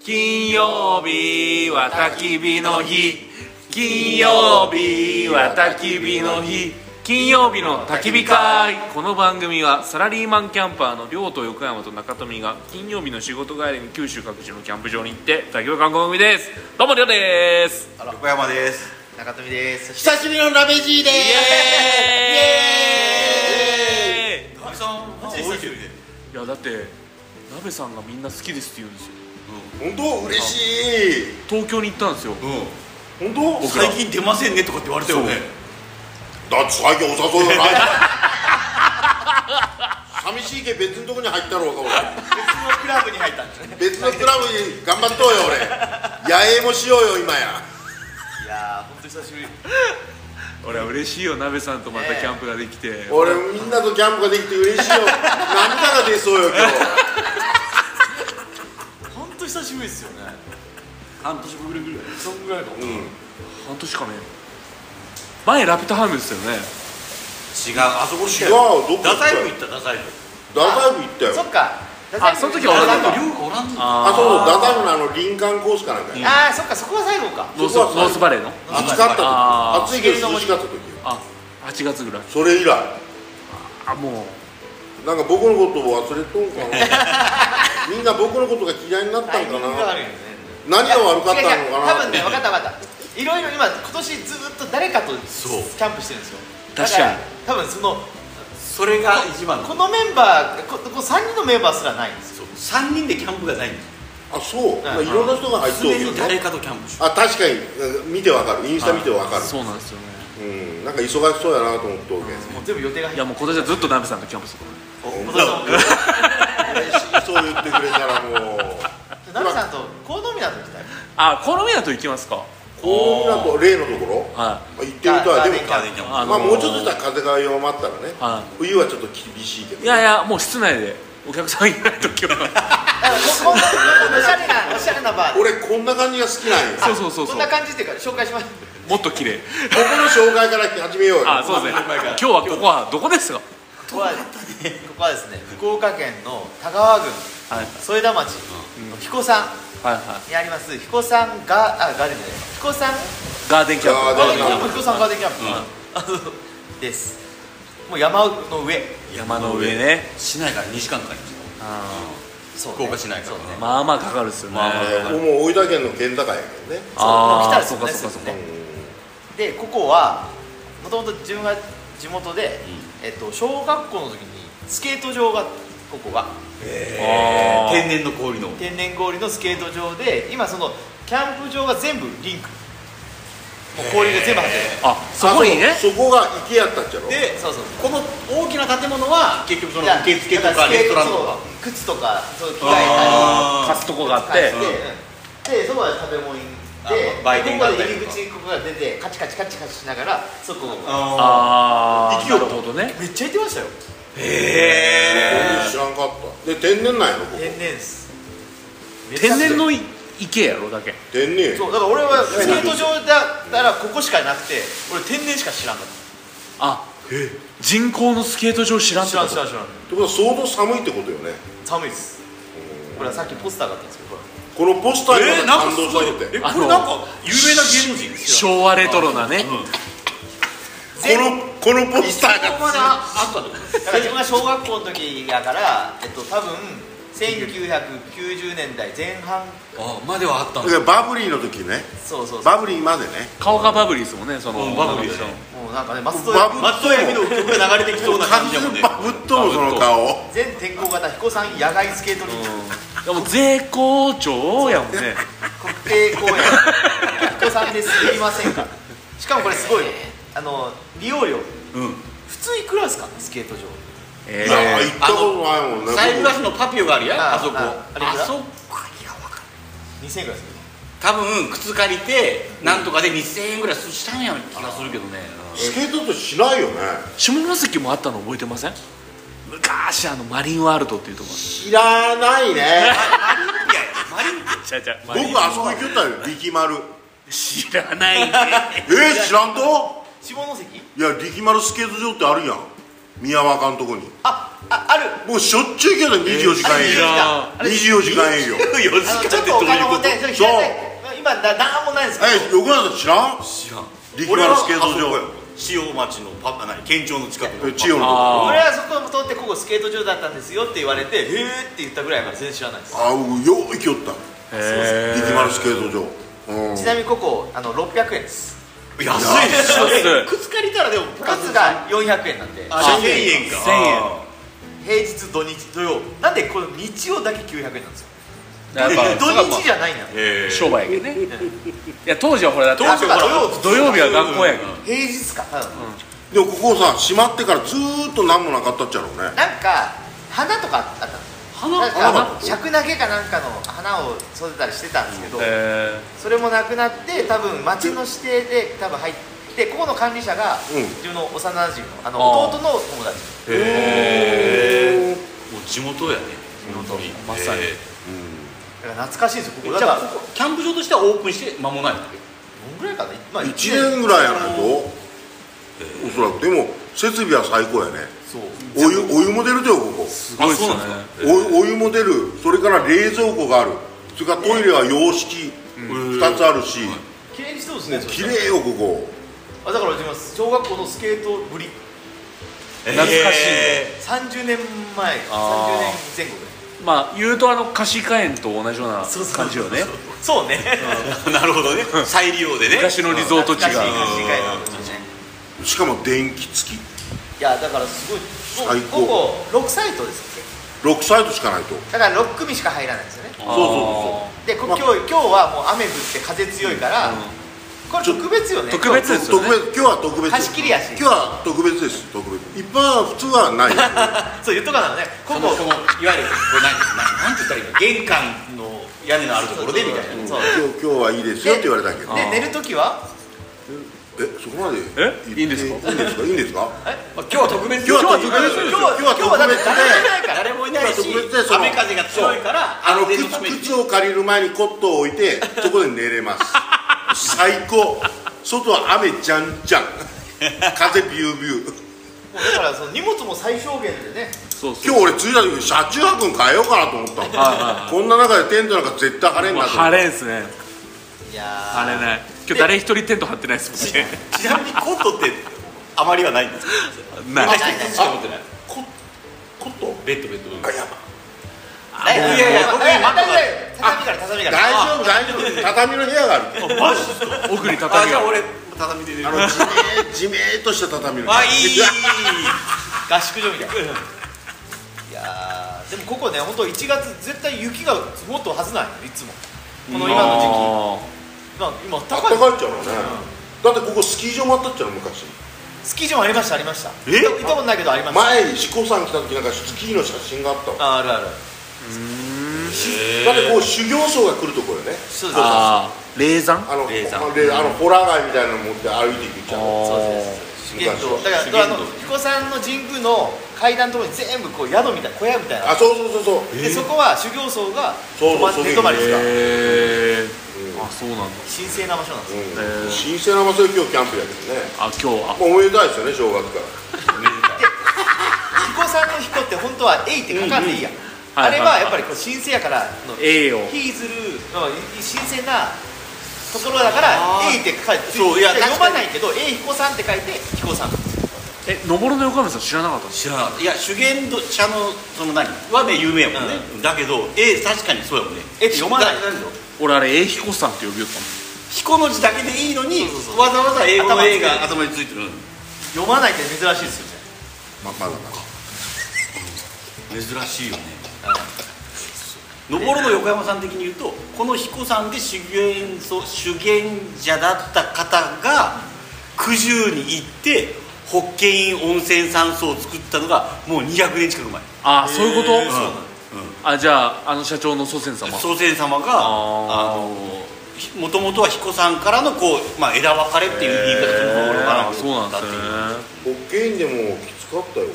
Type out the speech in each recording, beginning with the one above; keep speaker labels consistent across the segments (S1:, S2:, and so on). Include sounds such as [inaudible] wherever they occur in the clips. S1: 金曜日は焚き火の日金曜日は焚き火の日金曜日の焚き火会この番組はサラリーマンキャンパーの亮と横山と中富が金曜日の仕事帰りに九州各地のキャンプ場に行って妥協韓国組ですどうも亮です
S2: 横山です
S3: 中富です
S4: 久しぶりのラベジーでー
S1: イエーイ
S2: 中見さんマジで久しぶりで
S1: いやだって鍋さんがみんな好きですって言うんですよ
S4: す本当嬉しい
S1: 東京に行ったんですよ
S4: 本当
S1: 僕ら
S2: 最近出ませんねとかって言われたよね
S4: だって最近お誘いがない [laughs] 寂しいけ別のとこに入ったろうが
S2: 別のクラブに入ったんですね
S4: 俺別のクラブに頑張っとうよ俺野営もしようよ今や
S2: いやー本当久しぶり
S1: 俺は嬉しいよ鍋さんとまたキャンプができて、
S4: 俺みんなとキャンプができて嬉しいよ [laughs] 涙が出そうよ今日
S2: 本当久しぶりですよね半年ぶりぐらいそんぐらいかも違う
S1: 半年かね前ラピュタハムですよね
S2: あそこ来
S4: 違うどこ
S2: ダ
S4: 行った
S2: サイブ
S4: よ
S2: 行ったダサイブ
S4: ダサイブ行ったよ
S3: そっか
S1: あその時は
S3: あ
S1: 俺
S2: ダ
S1: だっ
S2: サイ
S1: た
S2: ブ量がおらんの
S4: あそうそう
S1: あ
S4: ダサイブのあの林間コースかなんかや
S3: あーそっかそこは最後か
S1: ノース
S4: そこは
S1: ノースバレーの
S4: 暑かった
S1: あー
S4: 時暑いけど涼しかった時よ
S1: あ8月ぐらい
S4: それ以来
S1: あも
S4: なんか僕のことを忘れとんかなみんな僕のことが嫌いになったん
S3: タイミ
S4: か
S3: ン [laughs]
S4: な
S3: グが悪いよね
S4: 何が悪かったの
S3: いや違う違う多
S4: かな
S3: 分ね分かった分かったいろいろ今今年ずっと誰かとキ
S2: そう
S3: ャンプしてるんですよ
S1: 確かに
S3: だら多分その
S2: それが一番
S3: このメンバーここ3人のメンバーすらないんですよ
S2: そう3人でキャンプがないんで
S4: あそう、まあ、
S3: うん
S4: いろんな人が入っ
S2: す
S4: とる
S2: 常
S4: けど
S2: に誰
S4: ね
S2: かとキャンプし
S4: あ確かにうん見てわかるインスタ見てわか
S1: う
S4: る、
S1: そうなんですよね
S4: うんなんか忙しそうやなと思っとるけ
S3: もう全部予定が入
S1: い
S3: っ
S1: やもう今年はずっと鍋さんとキャンプする
S2: て
S4: ど嬉しいそう言ってくれたらもう
S3: てナミさんとコードミナと行きたい
S1: あ好みだと行きますか
S4: こうみんなと例のところ
S1: は
S4: 行ってみたいでも
S2: ガーデンキャンプ
S1: あ
S4: ま
S1: のー
S4: あもうちょっとしたら風が弱まったらね
S1: は
S4: 冬はちょっと厳しいけど
S1: いいやいやもう室内でお客さんいない時は
S3: だからここんなおしゃれなおしゃれなバーで
S4: 俺こんな感じが好きなんよ
S1: そうそうそう
S3: こ
S1: そうん
S3: な感じっていうか紹介します
S1: もっと綺麗
S4: ここの紹介から始めようよ
S1: あそうですね今日はここはどこですか
S3: ここはここはですね福岡県の田川郡
S1: はい
S3: 添田町の彦山
S1: はいはい
S3: にあります彦山ガーあガーデンじゃない彦山
S1: ガーデンキャンプ
S4: ガー
S3: ガー
S4: デ
S3: デ
S4: ンキャ
S3: ンキャ
S4: ン
S3: ン
S4: プ
S3: プ彦山ガーデンキャンプ、あのですもう山の上
S1: 山の上ね
S2: 市内から2時間かかりまし
S3: そう、ね、
S2: 福岡市内から
S3: そうね
S1: まあまあかかるっすよね、
S2: まあまあ
S4: えーここもう大分県の県境やけどね
S1: あー
S3: そうもう来たらす
S1: そう
S3: ぐ
S1: かそうかそう
S3: です
S1: か
S3: よねでここはもともと自分が地元で、えっと、小学校の時にスケート場があったここは
S2: た
S1: あー
S2: 天然の氷の
S3: 天然氷のスケート場で今そのキャンプ場が全部リンクもう氷が全部張ってる
S1: あそこにね
S4: あそうそこが池やったっちゃろ
S2: で
S3: そうそう
S2: こ
S3: そう
S2: の大きな建物は結局その受付と
S3: だ
S2: から
S3: ス
S2: レ
S3: ケート
S2: ストランとか
S3: そう靴とかそう着替え
S2: あー
S1: 貸すとこがあった
S3: り
S1: て
S3: とかして、でそこは食べ物で
S2: あ売店
S3: こ
S2: があ
S3: こ
S2: っ
S3: ま
S2: た
S3: で
S2: りとか
S3: 入り口ここが出てカチカチカチカチしながらそこ
S2: あ
S1: ああ
S2: 生き
S1: な
S2: よう
S1: る
S2: と
S1: ほどね
S3: めっちゃ行ってましたよ
S2: ーへ
S4: 知らんかったで天然なんやろここ
S3: 天然っす
S1: 天然の
S3: めちゃくち
S1: い池やろだけ
S4: 天然
S3: ゃ
S4: や
S3: そうだから俺はスケート場だったらここしかなくて俺天然しか知らんかった
S1: あ人工のスケート場知らんって
S3: 知
S1: こ
S3: ら
S1: と
S3: ん知らん知らん
S4: ってことは相当寒いってことよね
S3: 寒いっすこれはさっきポスターがあったんですけど
S4: このポスター
S2: え
S4: に
S2: ー、
S4: ま
S2: な
S4: た
S2: んか
S4: 感
S2: す
S4: 動し
S2: ごい
S4: たって
S2: えこれなんか有名な芸能人ですよ
S1: 昭和レトロなね
S4: このこのポスター
S2: ここ
S4: が
S2: までああったってことです
S3: だから自分が小学校の時やから、えっと、多分1990年代前半
S2: あまではあったん
S4: だ
S2: だ
S4: からバブリーの時ね
S3: そうそうそう
S4: バブリーまでね
S1: 顔がバブリーですもんねその
S2: うんバブリーだね
S3: もうなんかね松
S4: バブ
S3: 戸
S2: 松任谷由実の曲が流れてきそうな感じだもんね
S4: バブっともその顔
S3: 全天候型彦山野外スケートリンク
S1: でも絶好調やもんね
S3: 国定公園彦山ですみませんかしかもこれすごいねあの利用料
S2: うん
S3: 普通いくらですかスケート場
S1: え
S4: いや行
S1: ー
S4: ったことないもんね
S2: サイブラ
S4: 僕
S2: シのパピオがあるや
S3: あ
S2: あそこ
S3: ああれ
S2: あそこいやわかんない
S3: 2000円ぐらいです
S2: 多分靴借りてなんとかで2000円ぐらいしたんや気がするけどね
S4: スケートってしないよね
S1: 下関もあったの覚えてません昔あのマリンワールドっていうとこ
S4: 知らないね
S2: いやマリン
S1: ちゃちゃ
S4: 僕あそこ行きよったよ力丸
S1: 知らないね
S4: えー、知らんと
S3: [laughs] 下関
S4: いや力丸スケート場ってあるやん宮若んとこに
S3: ああある
S4: もうしょっちゅう行けど24時間営業
S1: あ
S4: 24時間営業
S2: 4時
S3: あ
S2: 間
S3: の
S2: っ
S3: ちょってと
S2: ど
S3: お
S2: ういう
S3: 金
S2: こ
S3: も
S2: と
S3: ね、それ平たい今ななんもないですけど、
S4: え横山さん知らん
S2: 知らん
S4: 力丸スケート
S2: 俺
S4: 場
S2: はあそこよ塩町のパパ何県庁の近くの
S4: え千代のとこ
S1: あ
S3: 俺はそこを通ってここスケート場だったんですよって言われて、へーって言ったぐらいから全然知らないです。
S4: ああ僕よう行きよった
S1: へ
S4: 力丸スケート場うん
S3: ちなみにここあの600円です。
S2: 安いでしょ
S1: 安い
S2: 靴借りたらでも
S3: 部活が400円なんで、
S2: あ
S4: 1000
S2: 1000円か
S1: 1000円
S2: あ
S3: 平日土日土曜、なんでこの日曜だけ900円なんですよ。
S1: やっぱ
S3: 土日じゃないんだ。
S2: ーへえ
S1: 商売やけどねいや当時はほらだって
S2: 当時は
S3: あ
S2: ほら
S1: 土曜日は学校やけど
S3: 平日か。うん
S4: でもここさ閉まってからずーっと何もなかったっちゃろうね
S3: なんか花とかあったんですよ。
S2: 花
S3: なん
S2: あ
S3: か尺投げかなんかの花を育てたりしてたんですけど、
S1: え
S3: それもなくなって多分町の指定で多分入ってここの管理者が
S4: うん
S3: 自分の幼馴染のあの
S1: あー
S3: 弟の友達
S2: へえもう地元やね地元
S1: まさに
S3: だから懐かしいんですよここだ
S2: じ
S3: か
S2: ゃあ
S3: らど
S2: ここキャンプ場としてはオープンして間もない
S3: んぐらいかな、まあ、
S4: 1
S3: 1
S4: 年ぐらいやないとおそらくでも設備は最高やね
S3: そう
S4: お湯お湯も出るでよここ
S1: すごいっすね
S2: あそうなんで
S4: おお湯も出るそれから冷蔵庫があるそれからトイレは洋式2つあるし
S3: 綺麗にそうですねそ
S4: 綺
S3: したら
S4: 麗よここ
S3: あだから自分は小学校のスケートぶり
S1: 懐かしいね
S2: へ
S3: 30年前30
S1: あ
S3: 年前後ぐらい
S1: まあ言うとあの貸し火炎と同じような
S3: そうそう
S1: 感じよね
S3: そうね
S2: ーなるほどね再利用でね
S1: 昔のリゾート地が
S3: 懐かしい懐かしいな懐かしい
S4: しかも電気付き
S3: いやだからすごい
S4: 最
S3: もう
S4: 高
S3: ここ6サイトですっ
S4: 6サイトしかないと
S3: けだから6組しか入らないんですよね
S4: そうそうそう
S3: でこ
S4: ま
S3: 今
S4: あ
S3: 日今日はもう雨降って風強いから、これ特別よね
S1: 特別ですよね
S4: 特別今日は特別
S3: 貸し切りやし
S4: 今日は特別です特別一般は普通はない
S3: そう言っとかなのねこ
S2: そ
S3: こ
S2: のそのいわゆるこれ何何何て言ったらいいの玄関の屋根のあるところでみたいな
S3: そう
S4: 今
S3: そう
S4: 日今日はいいですよって言われたけど
S1: あー
S3: で寝る時は
S4: えそこまで
S1: え
S4: 言って
S1: いいんですか
S4: いいんですかいいんですか
S2: まあ今日は特別
S4: 今日は特
S3: 今
S4: 別
S3: 日
S4: ですよ
S3: は今日はだって誰もいな
S2: 誰もい
S3: いから
S2: ないし
S4: 今日は特別でその
S2: 雨風が強いから
S4: あの
S2: 安全のために
S4: 靴靴を借りる前にコットンを置いてそこで寝れます最高外は雨じゃんじゃん風ビュービュー
S3: もうだからその荷物も最小限でね
S1: そうそう
S4: 今日俺着いた時に車中泊に変えようかなと思ったのこんな中でテントなんか絶対晴れん
S1: まあ
S4: なと思っ
S1: 晴れんすね
S3: いやー
S1: 晴れない今日誰一人テント張ってないですもんね
S2: ちなみにコットってあまりはないんですか
S1: ない
S3: あ
S2: 一つしか持ってない
S4: ココットン
S2: ベッドベッドベッド
S4: あやば
S3: ない
S2: いやいや僕
S3: ない
S2: 今
S3: 畳から畳から
S4: 大丈夫大丈夫畳の部屋がある
S2: マジっすか
S1: 奥に
S2: あ
S1: 畳
S2: じゃあ
S1: が
S2: 俺畳で寝る
S4: あのじめじめーっとした畳の部屋
S2: あいい
S3: 合宿所みたいないやーでもここね本当1月絶対雪が積もっとはずないのいつもこの今の時期
S1: 期
S3: まあ今あっ
S4: あ
S3: た
S4: った
S3: か
S4: かい
S3: い
S4: っちゃうのね、だってここスキー場もあったっちゃうの昔
S3: スキー場ありましたありました
S4: え
S3: 行ったことないけどありました
S4: 前に志子さん来た時なんかスキーの写真があったのだ
S3: ああるある
S4: ってこう修行僧が来るとこよね
S3: そうです
S1: ああ霊山
S4: あの
S2: 霊山
S4: ほであのホラー街みたいなの持って歩いていくじゃん
S3: そ
S1: あ
S3: うです修験道だ
S2: 修
S3: から
S2: 験
S3: あ
S2: 道
S3: の彦さんの神宮の階段のところに全部こう宿みたいな小屋みたいなの
S4: あそうそうそうそう
S3: でそこは修行僧が
S4: そうそうそう
S3: 寝泊まりしてた
S1: へえあそうなんだ
S3: 神聖な場所なんですよ
S4: うん
S1: ー
S4: 神聖な場所で今日キャンプやけどね
S1: あ今日あ
S4: まあおめでたいですよね正月から
S3: 彦さんの彦って本当は「えい」って書かんでいいやんあれはやっぱりこう神聖やからの
S1: 栄養
S3: ヒーズルの神聖なところだから
S2: あ
S3: 「
S2: ー
S3: えい」って書いて
S2: そういや
S3: 読
S2: 確かに
S3: まないけど「えい彦さん」って書いて彦さん
S1: え登るの横山さん知らなかったんです
S2: 知らなかったいや修験者のその何はね有名やもんね、だけど A 確かにそうやもんね
S3: えって読まない
S2: だだけど
S1: 俺あれ栄彦さんって呼びよったの
S2: 彦の字だけでいいのにわざわざ英語の A が頭についてる
S3: 読まないって珍しいですよね
S4: ままだまだ
S2: 珍しいよね登るの横山さん的に言うとこの彦さんで修験僧修験者だった方が九十に行って北見温泉山荘を作ったのがもう200年近く前
S1: ああそういうこと、
S2: そうなん
S1: あじゃああの社長の祖先様
S2: 祖先様が
S1: あー
S2: あのもともとは彦さんからのこう、まあ、枝分かれっていう言い方その頃から
S1: あーそうなんですね
S4: 保険でもきつかったよ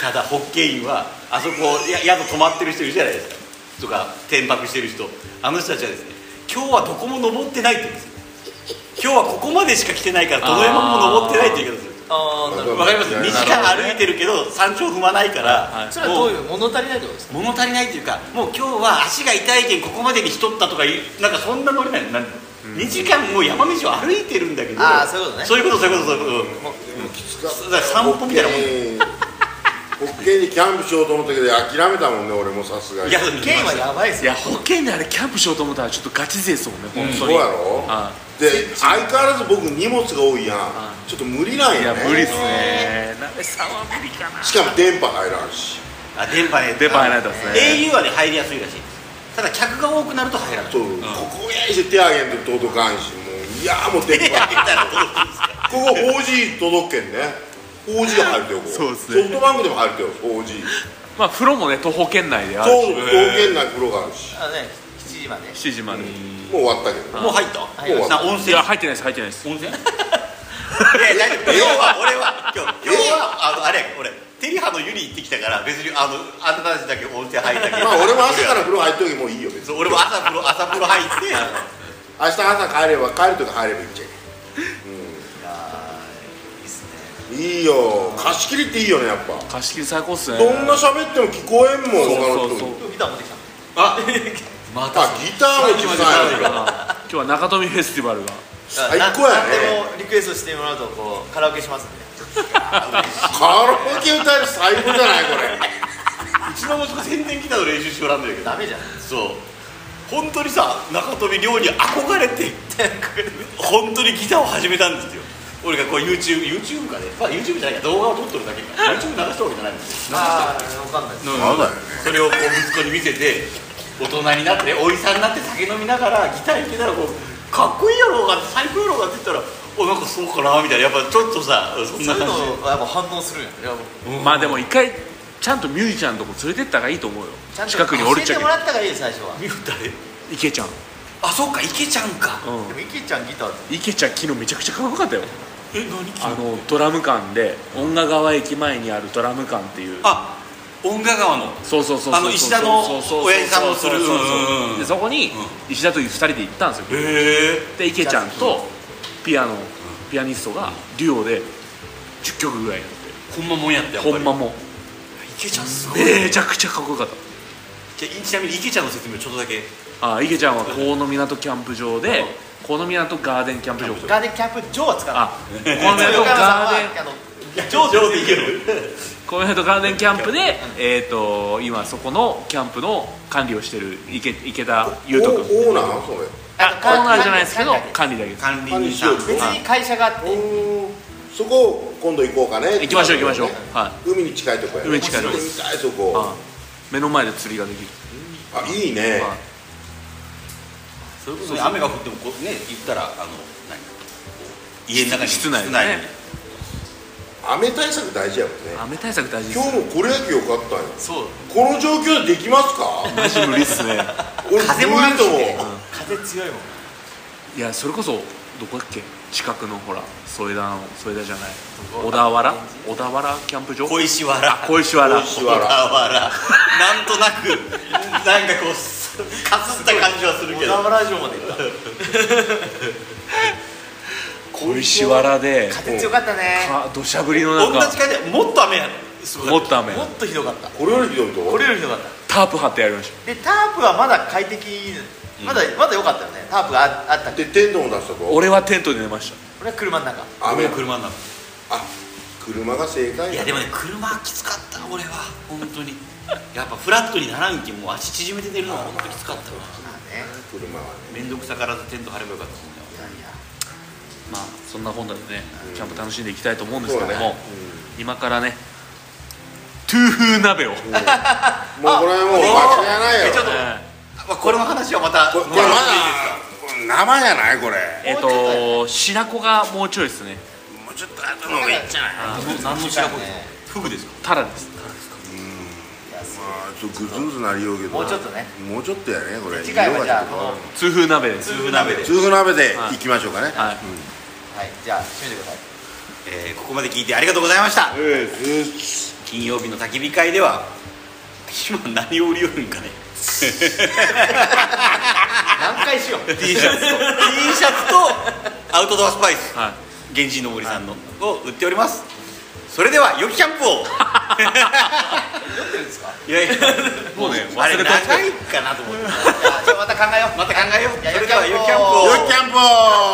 S2: ただホッケインはあそこや宿泊まってる人いるじゃないですかとか転泊してる人あの人たちはですね今日はどこも登ってないって言うんですよ今日はここまでしか来てないからどの山も登ってないって言い方するんですよ
S3: ああなるほ
S2: わかります
S4: な
S2: 道
S4: るほど
S2: から歩いてるけど山頂踏まないから、
S1: はい
S3: どそれはどういう物足りないってことですか
S2: 物足りないというかもう今日は足が痛いけんここまでにしとったとかいうなんかそんなノリなんなん2時間もう山道を歩いてるんだけど
S3: あーそういうことね
S2: そういうことそういうことそういうこ
S4: きつか
S2: だから散歩みたいなもん
S4: ホッケーにキャンプしようと思ったけど諦めたもんね俺もさすが
S2: とい
S4: に
S2: や
S3: ケインはやばいです
S1: い
S3: よ
S1: や保険であれキャンプしようと思ったらちょっとガチ勢そうね本当
S4: そう
S1: に、
S4: やろ
S1: あ
S4: で相変わらず僕荷物が多いやんちょっと無理な
S1: い
S4: んや
S1: や
S4: ね
S1: 無理っすね鍋さんは無理かな
S4: しかも電波入らんし
S2: あ電波へ
S1: 電波入らないとですね
S2: au はね入りやすいらしいですただ客が多くなると入らない
S4: そうここへして手あげんと届かんしもういやもう電
S2: 入っ
S4: 波
S2: たらどうするんですか
S4: ここ 4G 届けんね 4G が入るよここ
S1: そうっすね
S4: ソフトバンクでも入るよ 4G
S1: まあ風呂もね徒歩圏内である
S4: そう
S1: し
S4: 貢献ない風呂があるし
S3: あのね7時まで
S1: 7時まで、
S4: もう終わったけど
S2: もう入った
S3: い
S2: もうな温
S1: い
S2: 泉
S1: や入ってないです入ってないです
S2: 温泉いや大丈夫今日は俺は今日今日はあのあれや俺テリハの湯に行ってきたから別にあのあんたたちだけ温泉入ったけど
S4: まあ俺も朝から風呂入っとけばもういいよ別
S2: そ
S4: に
S2: う俺も朝風呂朝風呂入って
S4: 明日朝帰れば帰るとか入ればいいんじゃん
S2: いいっすね
S4: いいよ貸し切りっていいよねやっぱ
S1: 貸し切り最高っすね
S4: どんな喋っても聞こえんもん他の
S1: そうそうそ
S4: 人
S1: う
S4: に
S3: 今日ギター持ってきた
S2: あ
S3: ま
S4: あギターも聞
S1: あ
S4: かない
S1: 今日は中富フェスティバルが
S4: 最高やね
S3: でもリクエストしてもらうとこうカラオケしますん
S4: カ
S3: で
S4: ラオケ歌える最高じゃないこれ
S2: うちの息子宣伝ギターの練習しておらんのやけど
S3: ダメじゃん
S2: そう本当にさ中富亮に憧れて本当にギターを始めたんですよ俺がこう YouTube, YouTube かね、まあ、YouTube じゃないか動画を撮ってるだけか YouTube 流したわけじゃないんですよ
S3: ああ分かんないです
S4: まだよね
S2: それをこう息子に見せて大人になっておじさんになって酒飲みながらギター弾けたらこうかっこいいやろうが最高やろうがって言ったらおなんかそうかなみたいなやっぱちょっとさそ
S3: そうんい
S2: な感じ
S3: うのやっぱ反応するんやいやもう
S1: まあでも一回ちゃんとミュージシャンのとこ連れてった方がいいと思うよ
S3: ちゃんと
S1: 近くにおるっ
S3: 教
S1: ちゃけ
S3: えてもらった方がいいよ最初は
S2: 見る誰
S1: 池ちゃん
S2: あそっか池ちゃんか
S1: うん
S3: でも池ちゃんギターって
S1: 池ちゃん昨日めちゃくちゃかっこよかったよ
S2: え何
S1: あのドラム館で恩賀川駅前にあるドラム館っていう
S2: あ音楽川の
S1: そうそうそうそう
S2: あの石田の
S1: そうそうそう
S2: 親父さんのする
S1: そうそうそう
S2: うんうんうん
S1: でそこに石田という2人で行ったんですよ
S2: へえ
S1: で池ちゃんとピアノピアニストがデュオで10曲ぐらいやっ
S2: ほんまもんやってやってぱり
S1: ほんまも
S2: 池ちゃんすごい
S1: めちゃくちゃかっこよかっ
S2: じゃあちなみに池ちゃんの説明をちょっとだけ
S1: たあ池ちゃんは河野港キャンプ場で河野港ガーデンキャンプ場
S3: ガーデンキャンプ場は使わない
S1: あ河野港
S3: 横山さん
S1: ガーデン
S3: はあの
S2: 上手でいいよ
S1: コメントガーデンキャンプで、えー、と今そこのキャンプの管理をしてる池池田裕斗君
S4: おオーナーそれ
S1: あコーナーじゃないですけど
S3: 管
S1: 管
S3: 理
S1: 理だけです
S2: 管理
S4: 管理
S2: 人
S4: し
S2: さ
S4: よ
S2: ん
S4: う
S3: 別に会社があって
S4: おーそこ今度行こうかね
S1: 行きましょう行きましょうは
S4: 海に近いとこやね
S1: 海に近いと
S4: 行
S1: こで
S4: ってみたいそこ
S1: あ目の前で釣りができる
S4: あいいね
S1: はい
S2: それこそね雨が降ってもこうね行ったらあの何家の中に
S1: 室内で
S2: 室内
S1: ね
S2: に
S4: 雨対策大事やもんね
S1: 雨対策大事です
S4: 今
S1: よ
S4: 日もこれ野球よかったよ
S2: そう
S4: この状況でできますか
S1: マジ無理っすね
S4: 俺
S2: 風もあるしね
S4: 無理と思う
S3: 風強いもん
S1: いやそれこそどこだっけ近くのほら添田の添田じゃない小田原小田原キャンプ場
S2: 小石原
S1: 小石原
S4: 小石
S2: 小
S4: 原
S2: 田原なんとなくなんかこうかすった感じはするけ
S3: 小
S2: ど
S3: 田原城まで行っ
S1: 小石原で
S3: た風強かったね
S1: か土砂降りの
S2: 同
S1: 中
S2: じ感じでもっと雨やねすご
S1: も
S2: い
S1: っと雨
S3: もっとひどかった
S4: これよりひどいと思う
S3: これよりひどかった
S1: タープ張ってやりまし
S3: でタープはまだ快適まだまだ良かったよねタープがああった
S4: でテントも出し
S1: た
S4: たと
S1: 俺はテントで寝ました
S3: 俺は車の中
S4: 雨
S2: もう車の中
S4: あ車が正解
S2: いやでもね車はきつかった俺は本当にやっぱフラットにならんけんもう足縮めて寝るのが本当にきつかったわ
S3: まあね
S4: 車はね
S2: 面倒くさからずテント張ればよかったもんね
S3: いやいや
S1: まあそんな本なでねキャンプ楽しんでいきたいと思うんです
S4: そ
S1: け
S4: う
S1: ど
S4: だ
S1: も
S4: ね
S1: 今からねトゥーフー鍋を
S4: うんもうこれはもう間違いないよ
S2: えちょっと、まあ、これの話はまた
S4: これこれまだこれ生じゃないこれ
S1: [laughs] えっと白子がもうちょいですね
S4: もうちょっと後の方がいいんじゃない
S2: あの何の白子ですか
S3: ね
S2: フグですか
S1: タラです
S4: まあちょっとグズグズなりようけど
S3: もうちょっとね
S4: もうちょっとやねこれ
S3: 次回はじゃあこのは
S1: 痛風鍋です
S2: 痛風鍋で、
S4: 痛風鍋でいきましょうかね
S1: はい
S3: いじゃあ閉めてください
S2: えーここまで聞いてありがとうございました
S4: ええ
S2: 金曜日の焚き火会では今何を売りよるんかね
S3: 何回しよ
S1: [laughs]
S3: う
S2: T シャツと T シャツとアウトドアスパイス
S1: はい
S2: 源氏の森さんのを売っておりますそれでは良きキャンプ [laughs] をいやいや
S1: もうね
S2: あれ
S1: 忘れた
S2: 長いかなと思って
S3: じゃあまた考えよう
S2: また考えよう
S3: いや
S2: それでは良
S3: 良
S2: きキ
S3: きキ
S2: ャン
S3: ャン
S2: プ
S3: プ
S2: を
S3: を
S4: よキャンプ